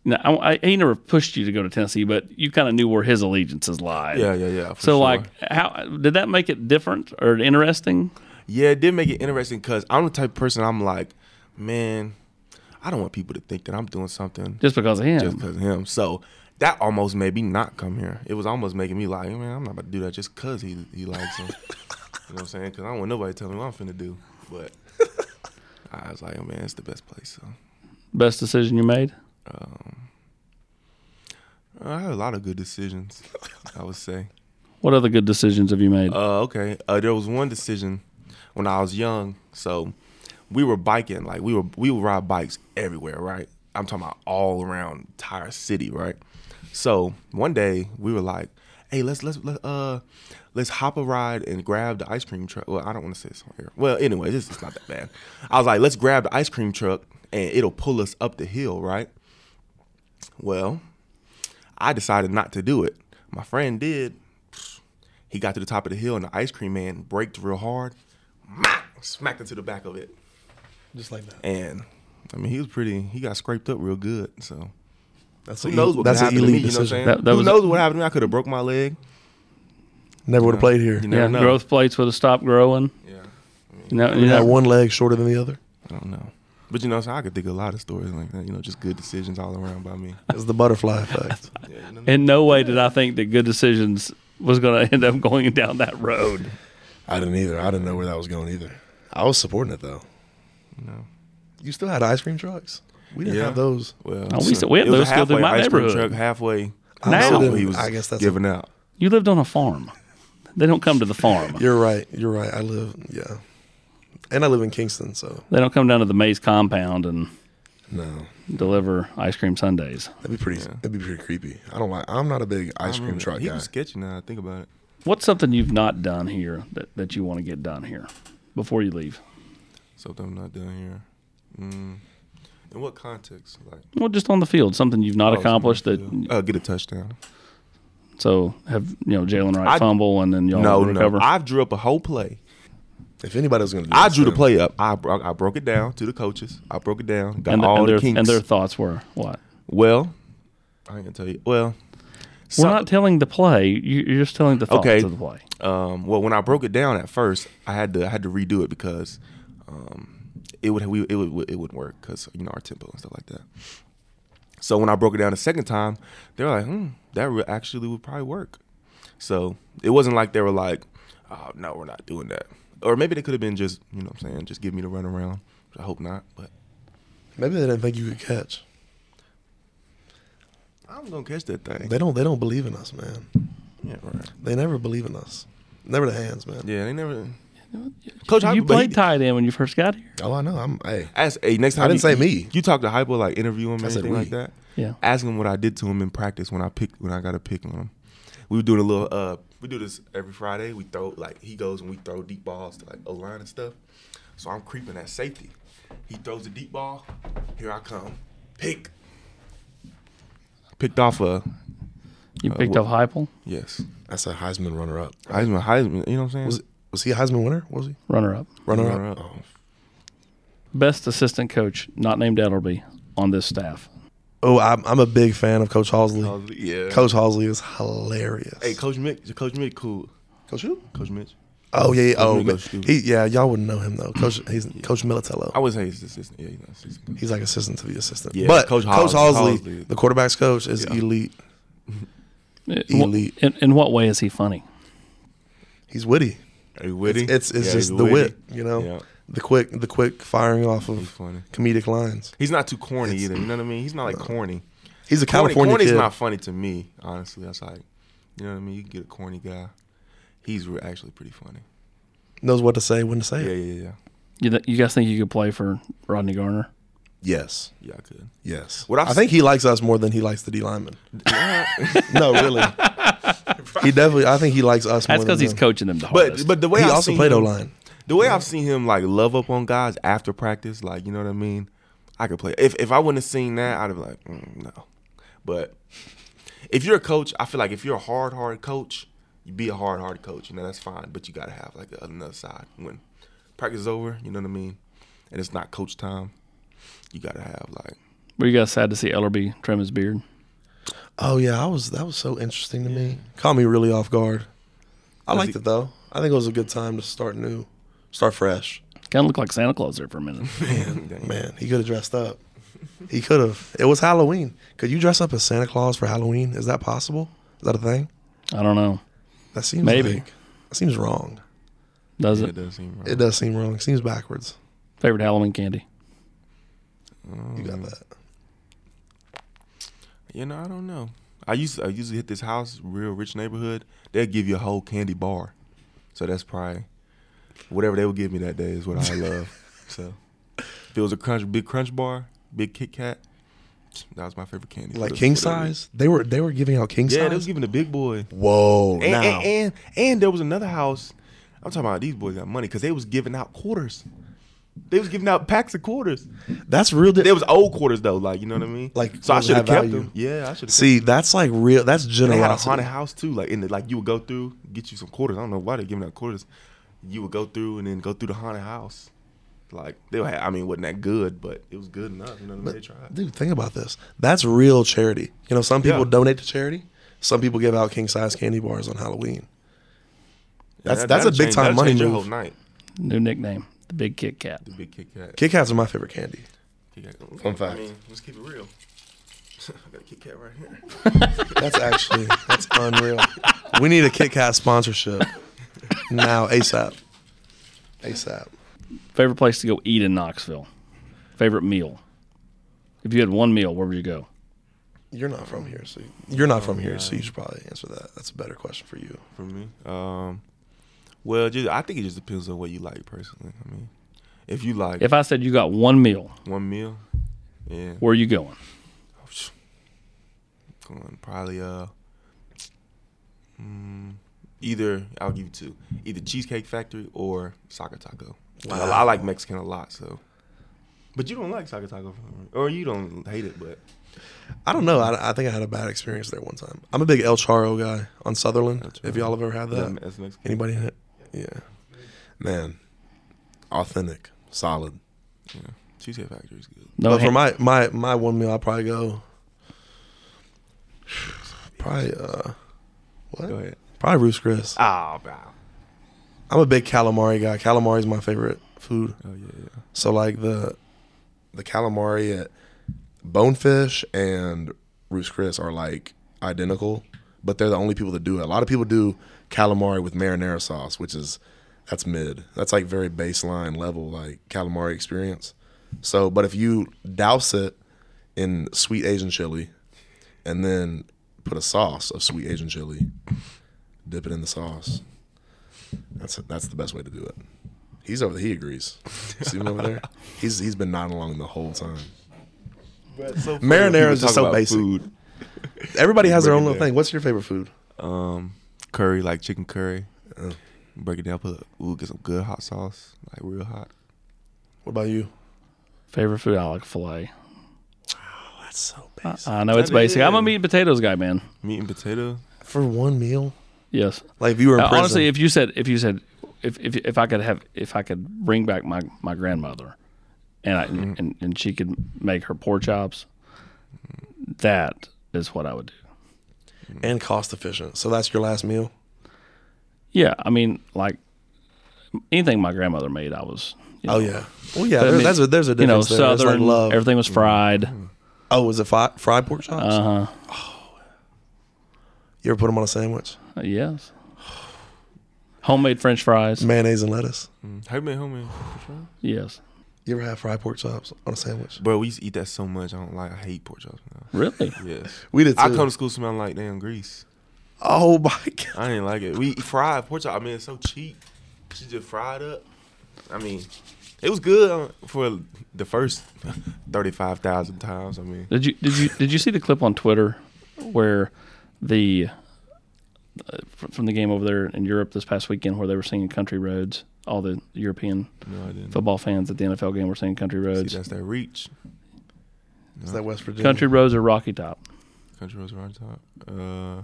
No, I, I- he never pushed you to go to Tennessee, but you kind of knew where his allegiances lie.
Yeah, yeah, yeah. for
So,
sure.
like, how did that make it different or interesting?
Yeah, it did make it interesting because I'm the type of person I'm like, man, I don't want people to think that I'm doing something
just because of him.
just because of him. So that almost made me not come here. It was almost making me like, man, I'm not about to do that just because he, he likes him. you know what I'm saying? Because I don't want nobody telling me what I'm finna do. But I was like, "Oh, man, it's the best place. So
Best decision you made?
I had a lot of good decisions, I would say.
What other good decisions have you made?
Uh, okay. Uh, there was one decision when I was young. So we were biking, like we were we would ride bikes everywhere, right? I'm talking about all around entire city, right? So one day we were like, "Hey, let's let's let, uh let's hop a ride and grab the ice cream truck." Well, I don't want to say this on here. Well, anyway, this is not that bad. I was like, "Let's grab the ice cream truck and it'll pull us up the hill, right?" Well, I decided not to do it. My friend did. He got to the top of the hill and the ice cream man braked real hard, smacked into the back of it.
Just like that.
And I mean, he was pretty. He got scraped up real good. So
That's
who
an
knows
el-
what
that's
could
an
happen to me?
elite
You know what I'm
decision.
saying?
That- that
who
was-
knows what happened to me? I could have broke my leg.
Never would have played here.
You
yeah,
never know.
growth plates would have stopped growing.
Yeah,
You know, you
You
know-
had one leg shorter than the
<laughs>
other.
I don't know. But you know, so I could think of a lot of stories like that. You know, just good decisions all around by me.
It's the butterfly effect.
Yeah, you know?
in no way did I think that good decisions was going to <laughs> end up going down that road.
I didn't either. I didn't know where that was going either. I was supporting it though.
No.
You still had ice cream trucks. We didn't
Yeah.
have those.
Well,
Oh, we still- we had
it was a
those still through
halfway
my
ice cream
neighborhood.
Truck halfway.
Now-
I don't know what he
Then
was
I guess that's-
giving out.
You lived on a farm. They don't come to the farm.
You're right. You're right. I live. Yeah, and I live in Kingston, so
They don't come down to the Maze compound and
no,
deliver ice cream sundaes.
that'd be pretty. That'd be pretty creepy. I don't like. I'm not a big ice cream truck
he
guy.
was sketchy. Now that I think about it.
What's something you've not done here that, that you want to get done here before you leave?
Something I'm not doing here. Mm. In what context? Like
Well, just on the field, something you've not
oh,
accomplished that.
something I feel. uh, get a touchdown.
So have you know Jalen Wright
I-
fumble and then y'all
No,
recover.
no. I drew up a whole play.
If anybody was gonna, do
I
this,
drew the
then-
play up. I broke, I broke it down to the coaches. I broke it down. Got
and, the-
all
and
the
their,
kinks.
and their thoughts were what?
well, I ain't gonna tell you. Well,
We're
so-
not telling the play. You- You're just telling the thoughts
Okay.
of the play.
um, well, when I broke it down at first, I had to I had to redo it because um, it would we it would it wouldn't work because you know our tempo and stuff like that. So when I broke it down the second time, they were like, "Hmm, that re- actually would probably work." So it wasn't like they were like, "Oh no, we're not doing that," or maybe they could have been just you know what I'm saying just give me the runaround. I hope not, but
Maybe they didn't think you could catch.
I'm gonna catch that thing.
They don't. They don't believe in us, man.
yeah, right.
They never believe in us. Never the hands, man.
Yeah, they never. Coach, I-
you
but
played
he-
tight end when you first got here.
Oh, I know. I'm. Hey,
Ask, hey, next time
I didn't
you,
say me.
You, you talk to hypo like interview him or
I said
anything
we.
like that.
Yeah.
Ask him what I did to him in practice when I picked when I got a pick on him. We were doing a little. uh We do this every Friday. We throw like he goes and we throw deep balls to like O line and stuff. So I'm creeping at safety. He throws the deep ball. Here I come. Pick. Picked off a
You
Uh,
picked
wh-
up Heupel,
yes.
that's a Heisman runner-up.
Heisman, Heisman. You know what I'm saying?
Was was he a Heisman winner? What was he
runner up.
runner-up?
Runner-up.
Oh.
Best assistant coach, not named Ellerby, on this staff.
Oh, I'm, I'm a big fan of Coach Halsley.
I was- yeah.
Oh. Coach Halsley is hilarious.
Hey, Coach Mitch. Coach Mitch, cool.
Coach who?
Coach Mitch.
Oh yeah, yeah. oh
Coach
man.
Migos, dude.
he, yeah. Y'all wouldn't know him though. Coach, he's Coach Militello.
I would say he's assistant. Yeah, he's not assistant. coach.
he's like assistant to the assistant.
Yeah,
but Coach,
Coach
Halsley,
Halsley- Halsley.
the quarterback's coach, is
Yeah.
elite.
In-
Elite.
Uh, In, in what way is he funny?
He's witty.
Are you witty?
It's it's
Yeah,
just
he's
the
witty.
wit, you know,
Yeah.
the quick the quick firing off
He's
of
funny.
comedic lines.
He's not too corny either. You know what I mean? He's not like corny.
He's a
Corny,
California
corny's
kid.
not funny to me, honestly. That's like, you know what I mean? You get a corny guy. He's re- actually pretty funny.
knows what to say when to say
Yeah,
it.
yeah, yeah.
You, th- you guys think you could play for Rodney Garner?
Yes,
Yeah, I could.
yes.
What I've
I think he likes us more than he likes the D lineman. <laughs> no,
<laughs>
really. he definitely. I think he likes us.
That's
more than
because he's
them.
coaching them the
But
hardest.
but the way
he
I've
also
seen
played O
him,
line.
The way I've seen him like love up on guys after practice, like you know what I mean. I could play. If if I wouldn't have seen that, I'd have been like mm, no. But if you're a coach, I feel like if you're a hard hard coach, you be a hard hard coach. You know that's fine, but you gotta have like another side when practice is over. You know what I mean, and it's not coach time. You gotta have like <laughs>
Were you guys sad to see Ellerby trim his beard?
Oh yeah, I was. That was so interesting to me. Caught me really off guard. I liked
he-
it though. I think it was a good time to start new. Start fresh.
Kind of looked like Santa Claus there for a
<laughs>
minute.
Man, he could have dressed up. He could have. It was Halloween. Could you dress up as Santa Claus for Halloween? Is that possible? Is that a thing?
I don't know.
That seems
Maybe.
like- that seems wrong.
Does
Yeah,
it?
it does seem right.
It does seem wrong. It seems backwards.
Favorite Halloween candy?
You got that.
You know, I don't know. I used I usually hit this house, real rich neighborhood. They'll give you a whole candy bar, so that's probably whatever they would give me that day is what
<laughs>
I love. so if it was a crunch, big crunch bar, big Kit Kat, that was my favorite candy.
Like
Whatever-
king
whatever it-
size? They were they were giving out king
Yeah, they was
size.
giving the big boy.
Whoa!
And,
now
and, and and there was another house. I'm talking about these boys got money because they was giving out quarters. They was giving out packs of quarters.
that's real. di-
They was old quarters though, like you know what I mean.
Like,
so I
ones
should have
that have
kept
value.
them. Yeah, I should have.
See, that's like real. That's
And they had a
generosity.
haunted house too, like in the like you would go through, get you some quarters. I don't know why they're giving out quarters. You would go through and then go through the haunted house. Like they had, I mean, wasn't that good, but it was good enough. You know what I mean? They tried.
Dude, think about this. That's real charity. You know, some people
Yeah.
donate to charity. Some people give out king size candy bars on Halloween. That's
That-
that's a
that'll
big
change-
time
that'll
money
change Your whole
move.
night.
New nickname, the Big Kit Kat.
The big Kit Kat.
Kit Kats are my favorite candy.
Kit Kat.
Fun fact.
I mean, let's keep it real. <laughs> I got a Kit Kat right here.
That's actually that's unreal. We need a Kit Kat sponsorship now ASAP. ASAP.
Favorite place to go eat in Knoxville? Favorite meal? If you had one meal, where would you go?
You're not from here, so you're not from here, so you should probably answer that. That's a better question for you.
for me. Um, well, just I think it just depends on what you like personally. I mean, if you like
If I said you got one meal,
one meal, yeah,
where are you going?
going probably uh, mm, either I'll give you two, either Cheesecake Factory or Saka Taco. Like, I- I like Mexican a lot, so. But you don't like Saka Taco, or you don't hate it, but
I don't know. I, I think I had a bad experience there one time. I'm a big El Charo guy on Sutherland. If y'all have ever had that,
that's Mexican.
Anybody in it? Yeah. Man, authentic, solid.
Cheesecake Factory is good.
No,
but for
hand-
my, my my one meal, I probably go. <sighs> Probably uh,
Go
what?
ahead.
Probably Ruth's Chris.
Oh, wow.
I'm a big calamari guy. Calamari is my favorite food.
Oh yeah, yeah.
So like the the calamari at Bonefish and Ruth's Chris are like identical, but they're the only people that do it. A lot of people do calamari with marinara sauce, which is that's mid. That's like very baseline level like calamari experience. So, but if you douse it in sweet Asian chili and then put a sauce of sweet Asian chili, dip it in the sauce. That's that's the best way to do it. He's over. He agrees. See him <laughs> over there. He's he's been nodding along the whole time.
So
Marinara is just so basic.
Food.
Everybody has their own little
Break it down.
thing. What's your favorite food?
um, curry, like chicken curry.
Uh.
Break it down, put a, ooh, get some good hot sauce, like real hot.
What about you?
favorite food, I like filet.
That's so bad.
I know it's
That
basic. I'm a
is.
meat and potatoes guy, man.
Meat and potato.
For one meal,
Yes.
like if you were in
Uh,
prison,
honestly, if you said, if you said, if, if if I could have, if I could bring back my my grandmother, and I
Mm-hmm.
and, and she could make her pork chops, that is what I would do.
and cost efficient. So that's your last meal.
Yeah, I mean, like anything my grandmother made, I was. You know,
Oh yeah. Well yeah.
But I
There,
mean,
that's a, there's a
you know,
difference. there. There's,
southern.
like love. Mm-hmm.
Everything was fried.
Oh, was it fi- fried pork chops? Oh.
Uh huh.
You ever put them on a sandwich?
Uh, Yes. Homemade French fries.
Mayonnaise and lettuce.
Have you been home, man?
Yes.
You ever had fried pork chops on a sandwich?
Bro, we used to eat that so much. I don't like. I hate pork chops now.
Really?
Yes.
We did. Too.
I come to school smelling like damn grease.
Oh my <laughs> god.
I didn't like it. We eat fried pork chop. I mean, it's so cheap. She just fried up. I mean, it was good uh, for the first <laughs> thirty-five thousand times. I mean,
Did you did you did you see the clip on Twitter where the uh, fr- from the game over there in Europe this past weekend where they were singing Country Roads? All the European
no, I
Mm-hmm.
didn't.
football fans at the NFL game were singing Country
See,
Roads.
that's that reach.
Is that West Virginia?
Country Roads or Rocky Top?
Country roads around top. Uh,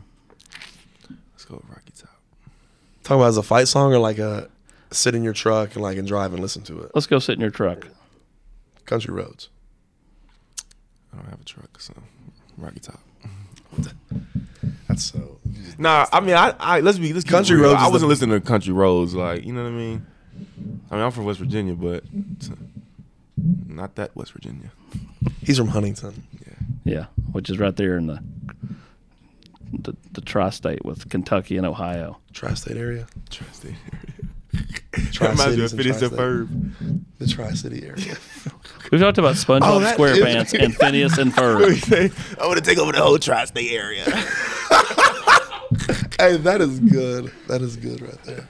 let's go with Rocky Top.
Talking about as a fight song or like a sit in your truck and like and drive and listen to it.
Let's go sit in your truck.
Country roads.
I don't have a truck, so Rocky Top.
That's so.
Nah, I mean, I, I let's be let's keep
Country
it real.
Roads
I
is
wasn't
the-
listening to Country Roads, like you know what I mean. I mean, I'm from West Virginia, but it's, uh, not that West Virginia.
He's from Huntington.
Yeah.
Yeah, which is right there in the the, the tri-state with Kentucky and Ohio.
Tri-state <laughs> area.
Tri-state
<laughs> Tri-cities
area. Reminds me of
and
Phineas and
tri-state.
Ferb.
The Tri-City area.
We've talked about SpongeBob
Oh, that is- <laughs>
SquarePants and Phineas and Ferb.
I want to take over the whole tri-state area. <laughs> hey, that is good. That is good right there.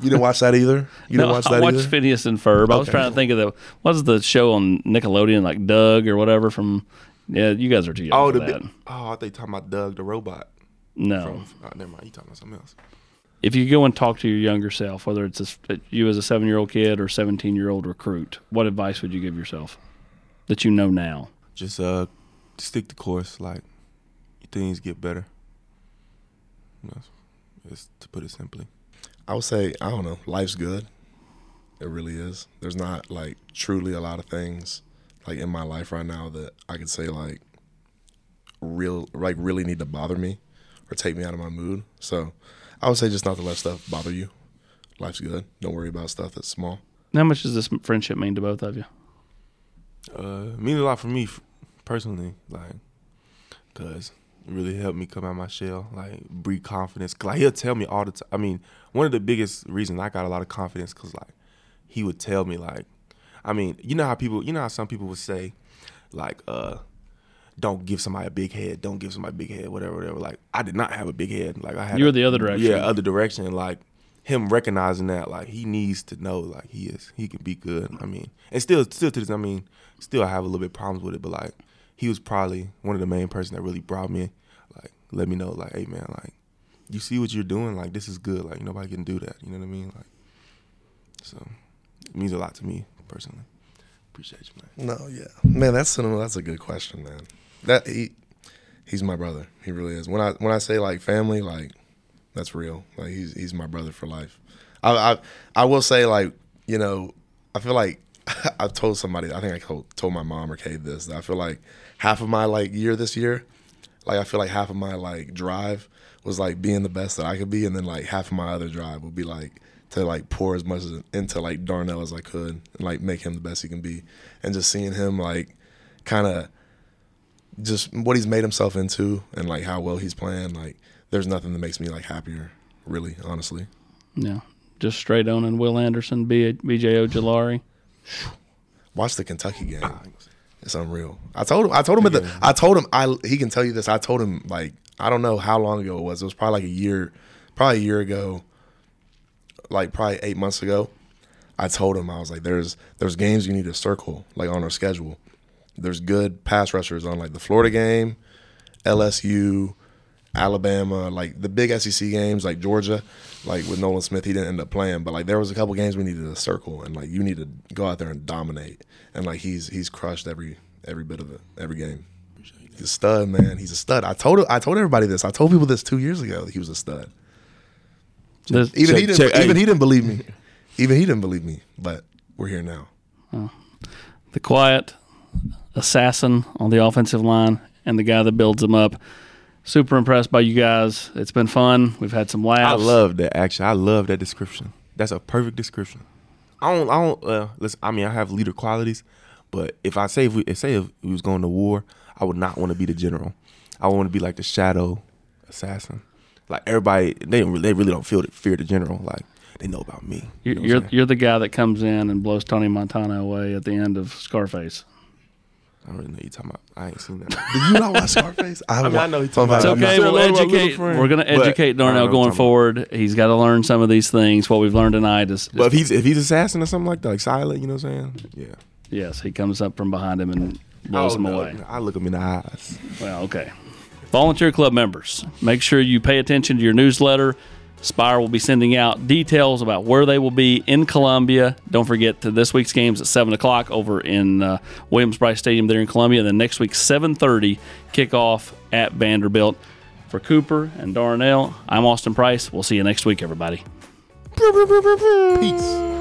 You didn't watch that either. You didn't
No,
watch
I
that
watched
either.
Phineas and Ferb. I was
Okay.
trying to think of the what's the show on Nickelodeon, like Doug or whatever from. Yeah, you guys are too young
<laughs> Oh,
for
the
that.
big, oh, I thought you talking about Doug the robot.
no,
From, oh, never mind. You talking about something else?
if you go and talk to your younger self, whether it's a, uh, you as a seven year old kid or seventeen year old recruit, what advice would you give yourself that you know now?
Just uh, stick the course. Like things get better. That's, that's to put it simply.
I would say I don't know. Life's good. It really is. There's not like truly a lot of things like in my life right now that I could say like real like really need to bother me or take me out of my mood. So I would say just not to let stuff bother you. Life's good. Don't worry about stuff that's small.
How much does this friendship mean to both of you?
Uh, it means a lot for me f- personally, like, cause it really helped me come out my shell, like breed confidence. Cause like he'll tell me all the time. I mean, one of the biggest reasons I got a lot of confidence, cause like he would tell me, like, I mean, you know how people, you know how some people would say, like, uh, don't give somebody a big head, don't give somebody a big head, whatever, whatever. Like, I did not have a big head. Like, I had
You were
a-
the other direction.
Yeah, other direction. Like him recognizing that, like he needs to know, like he is, he can be good. I mean, and still, still to this, I mean, still I have a little bit of problems with it, but like he was probably one of the main person that really brought me, like let me know, like hey man, like you see what you're doing, like this is good, like nobody can do that. You know what I mean? Like, so it means a lot to me personally. Appreciate you, man.
No, yeah, man, that's an, that's a good question, man. That he, he's my brother. He really is. When I when I say like family, like that's real. Like he's he's my brother for life. I I, I will say like you know I feel like <laughs> I've told somebody. I think I told, told my mom or Kate this. That I feel like half of my like year this year, like I feel like half of my like drive was like being the best that I could be, and then like half of my other drive would be like to like pour as much as, into like Darnell as I could, and like make him the best he can be, and just seeing him like kind of just what he's made himself into and like how well he's playing. Like there's nothing that makes me like happier, really, honestly.
Yeah, just straight on and Will Anderson, B- BJ Ojolari.
Watch the Kentucky game. It's unreal. I told him. I told him. At the, I told him. I he can tell you this. I told him like I don't know how long ago it was. It was probably like a year, probably a year ago, like probably eight months ago. I told him I was like, there's there's games you need to circle like on our schedule. There's good pass rushers on like the Florida game, LSU, Alabama, like the big SEC games, like Georgia, like with Nolan Smith, he didn't end up playing, but like there was a couple games we needed to circle, and like you need to go out there and dominate, and like he's he's crushed every every bit of it, every game. He's a stud, man. He's a stud. I told I told everybody this. I told people this two years ago. That he was a stud.
This-
Even
Check-
he didn't.
check- hey.
even he didn't believe me. Even he didn't believe me. But we're here now.
the quiet assassin on the offensive line and the guy that builds them up. Super impressed by you guys. It's been fun. We've had some
I
laughs.
love that. Actually, I love that description. That's a perfect description. I don't. I don't. Uh, listen. I mean, I have leader qualities, but if I say if we if say if we was going to war, I would not want to be the general. I want to be like the shadow assassin. Like everybody, they don't- they really don't feel the, fear the general. Like they know about me. You
You're,
know what I'm
you're,
saying?
you're the guy that comes in and blows Tony Montana away at the end of Scarface.
I don't really know what you're talking about. I ain't seen that.
Did you not watch Scarface? I,
mean, I know he
Fun
talking about-
It's
fact, I'm
okay. We'll
not- Still love my little
educate.
friend.
We're going to
But-
educate
I know
Darnell
what I'm
going
talking
forward. He's got to learn some of these things. What we've learned tonight is,
but if he's if he's assassin or something like that, like silent, you know what I'm saying? Yeah.
yes, he comes up from behind him and blows
Oh,
him
no,
away.
I look him in the eyes.
Well, okay. Volunteer club members, make sure you pay attention to your newsletter. Spire will be sending out details about where they will be in Columbia. Don't forget to this week's games at seven o'clock over in uh, Williams Bryce Stadium there in Columbia. And then next week, seven thirty kickoff at Vanderbilt. For Cooper and Darnell, I'm Austin Price. We'll see you next week, everybody.
Peace.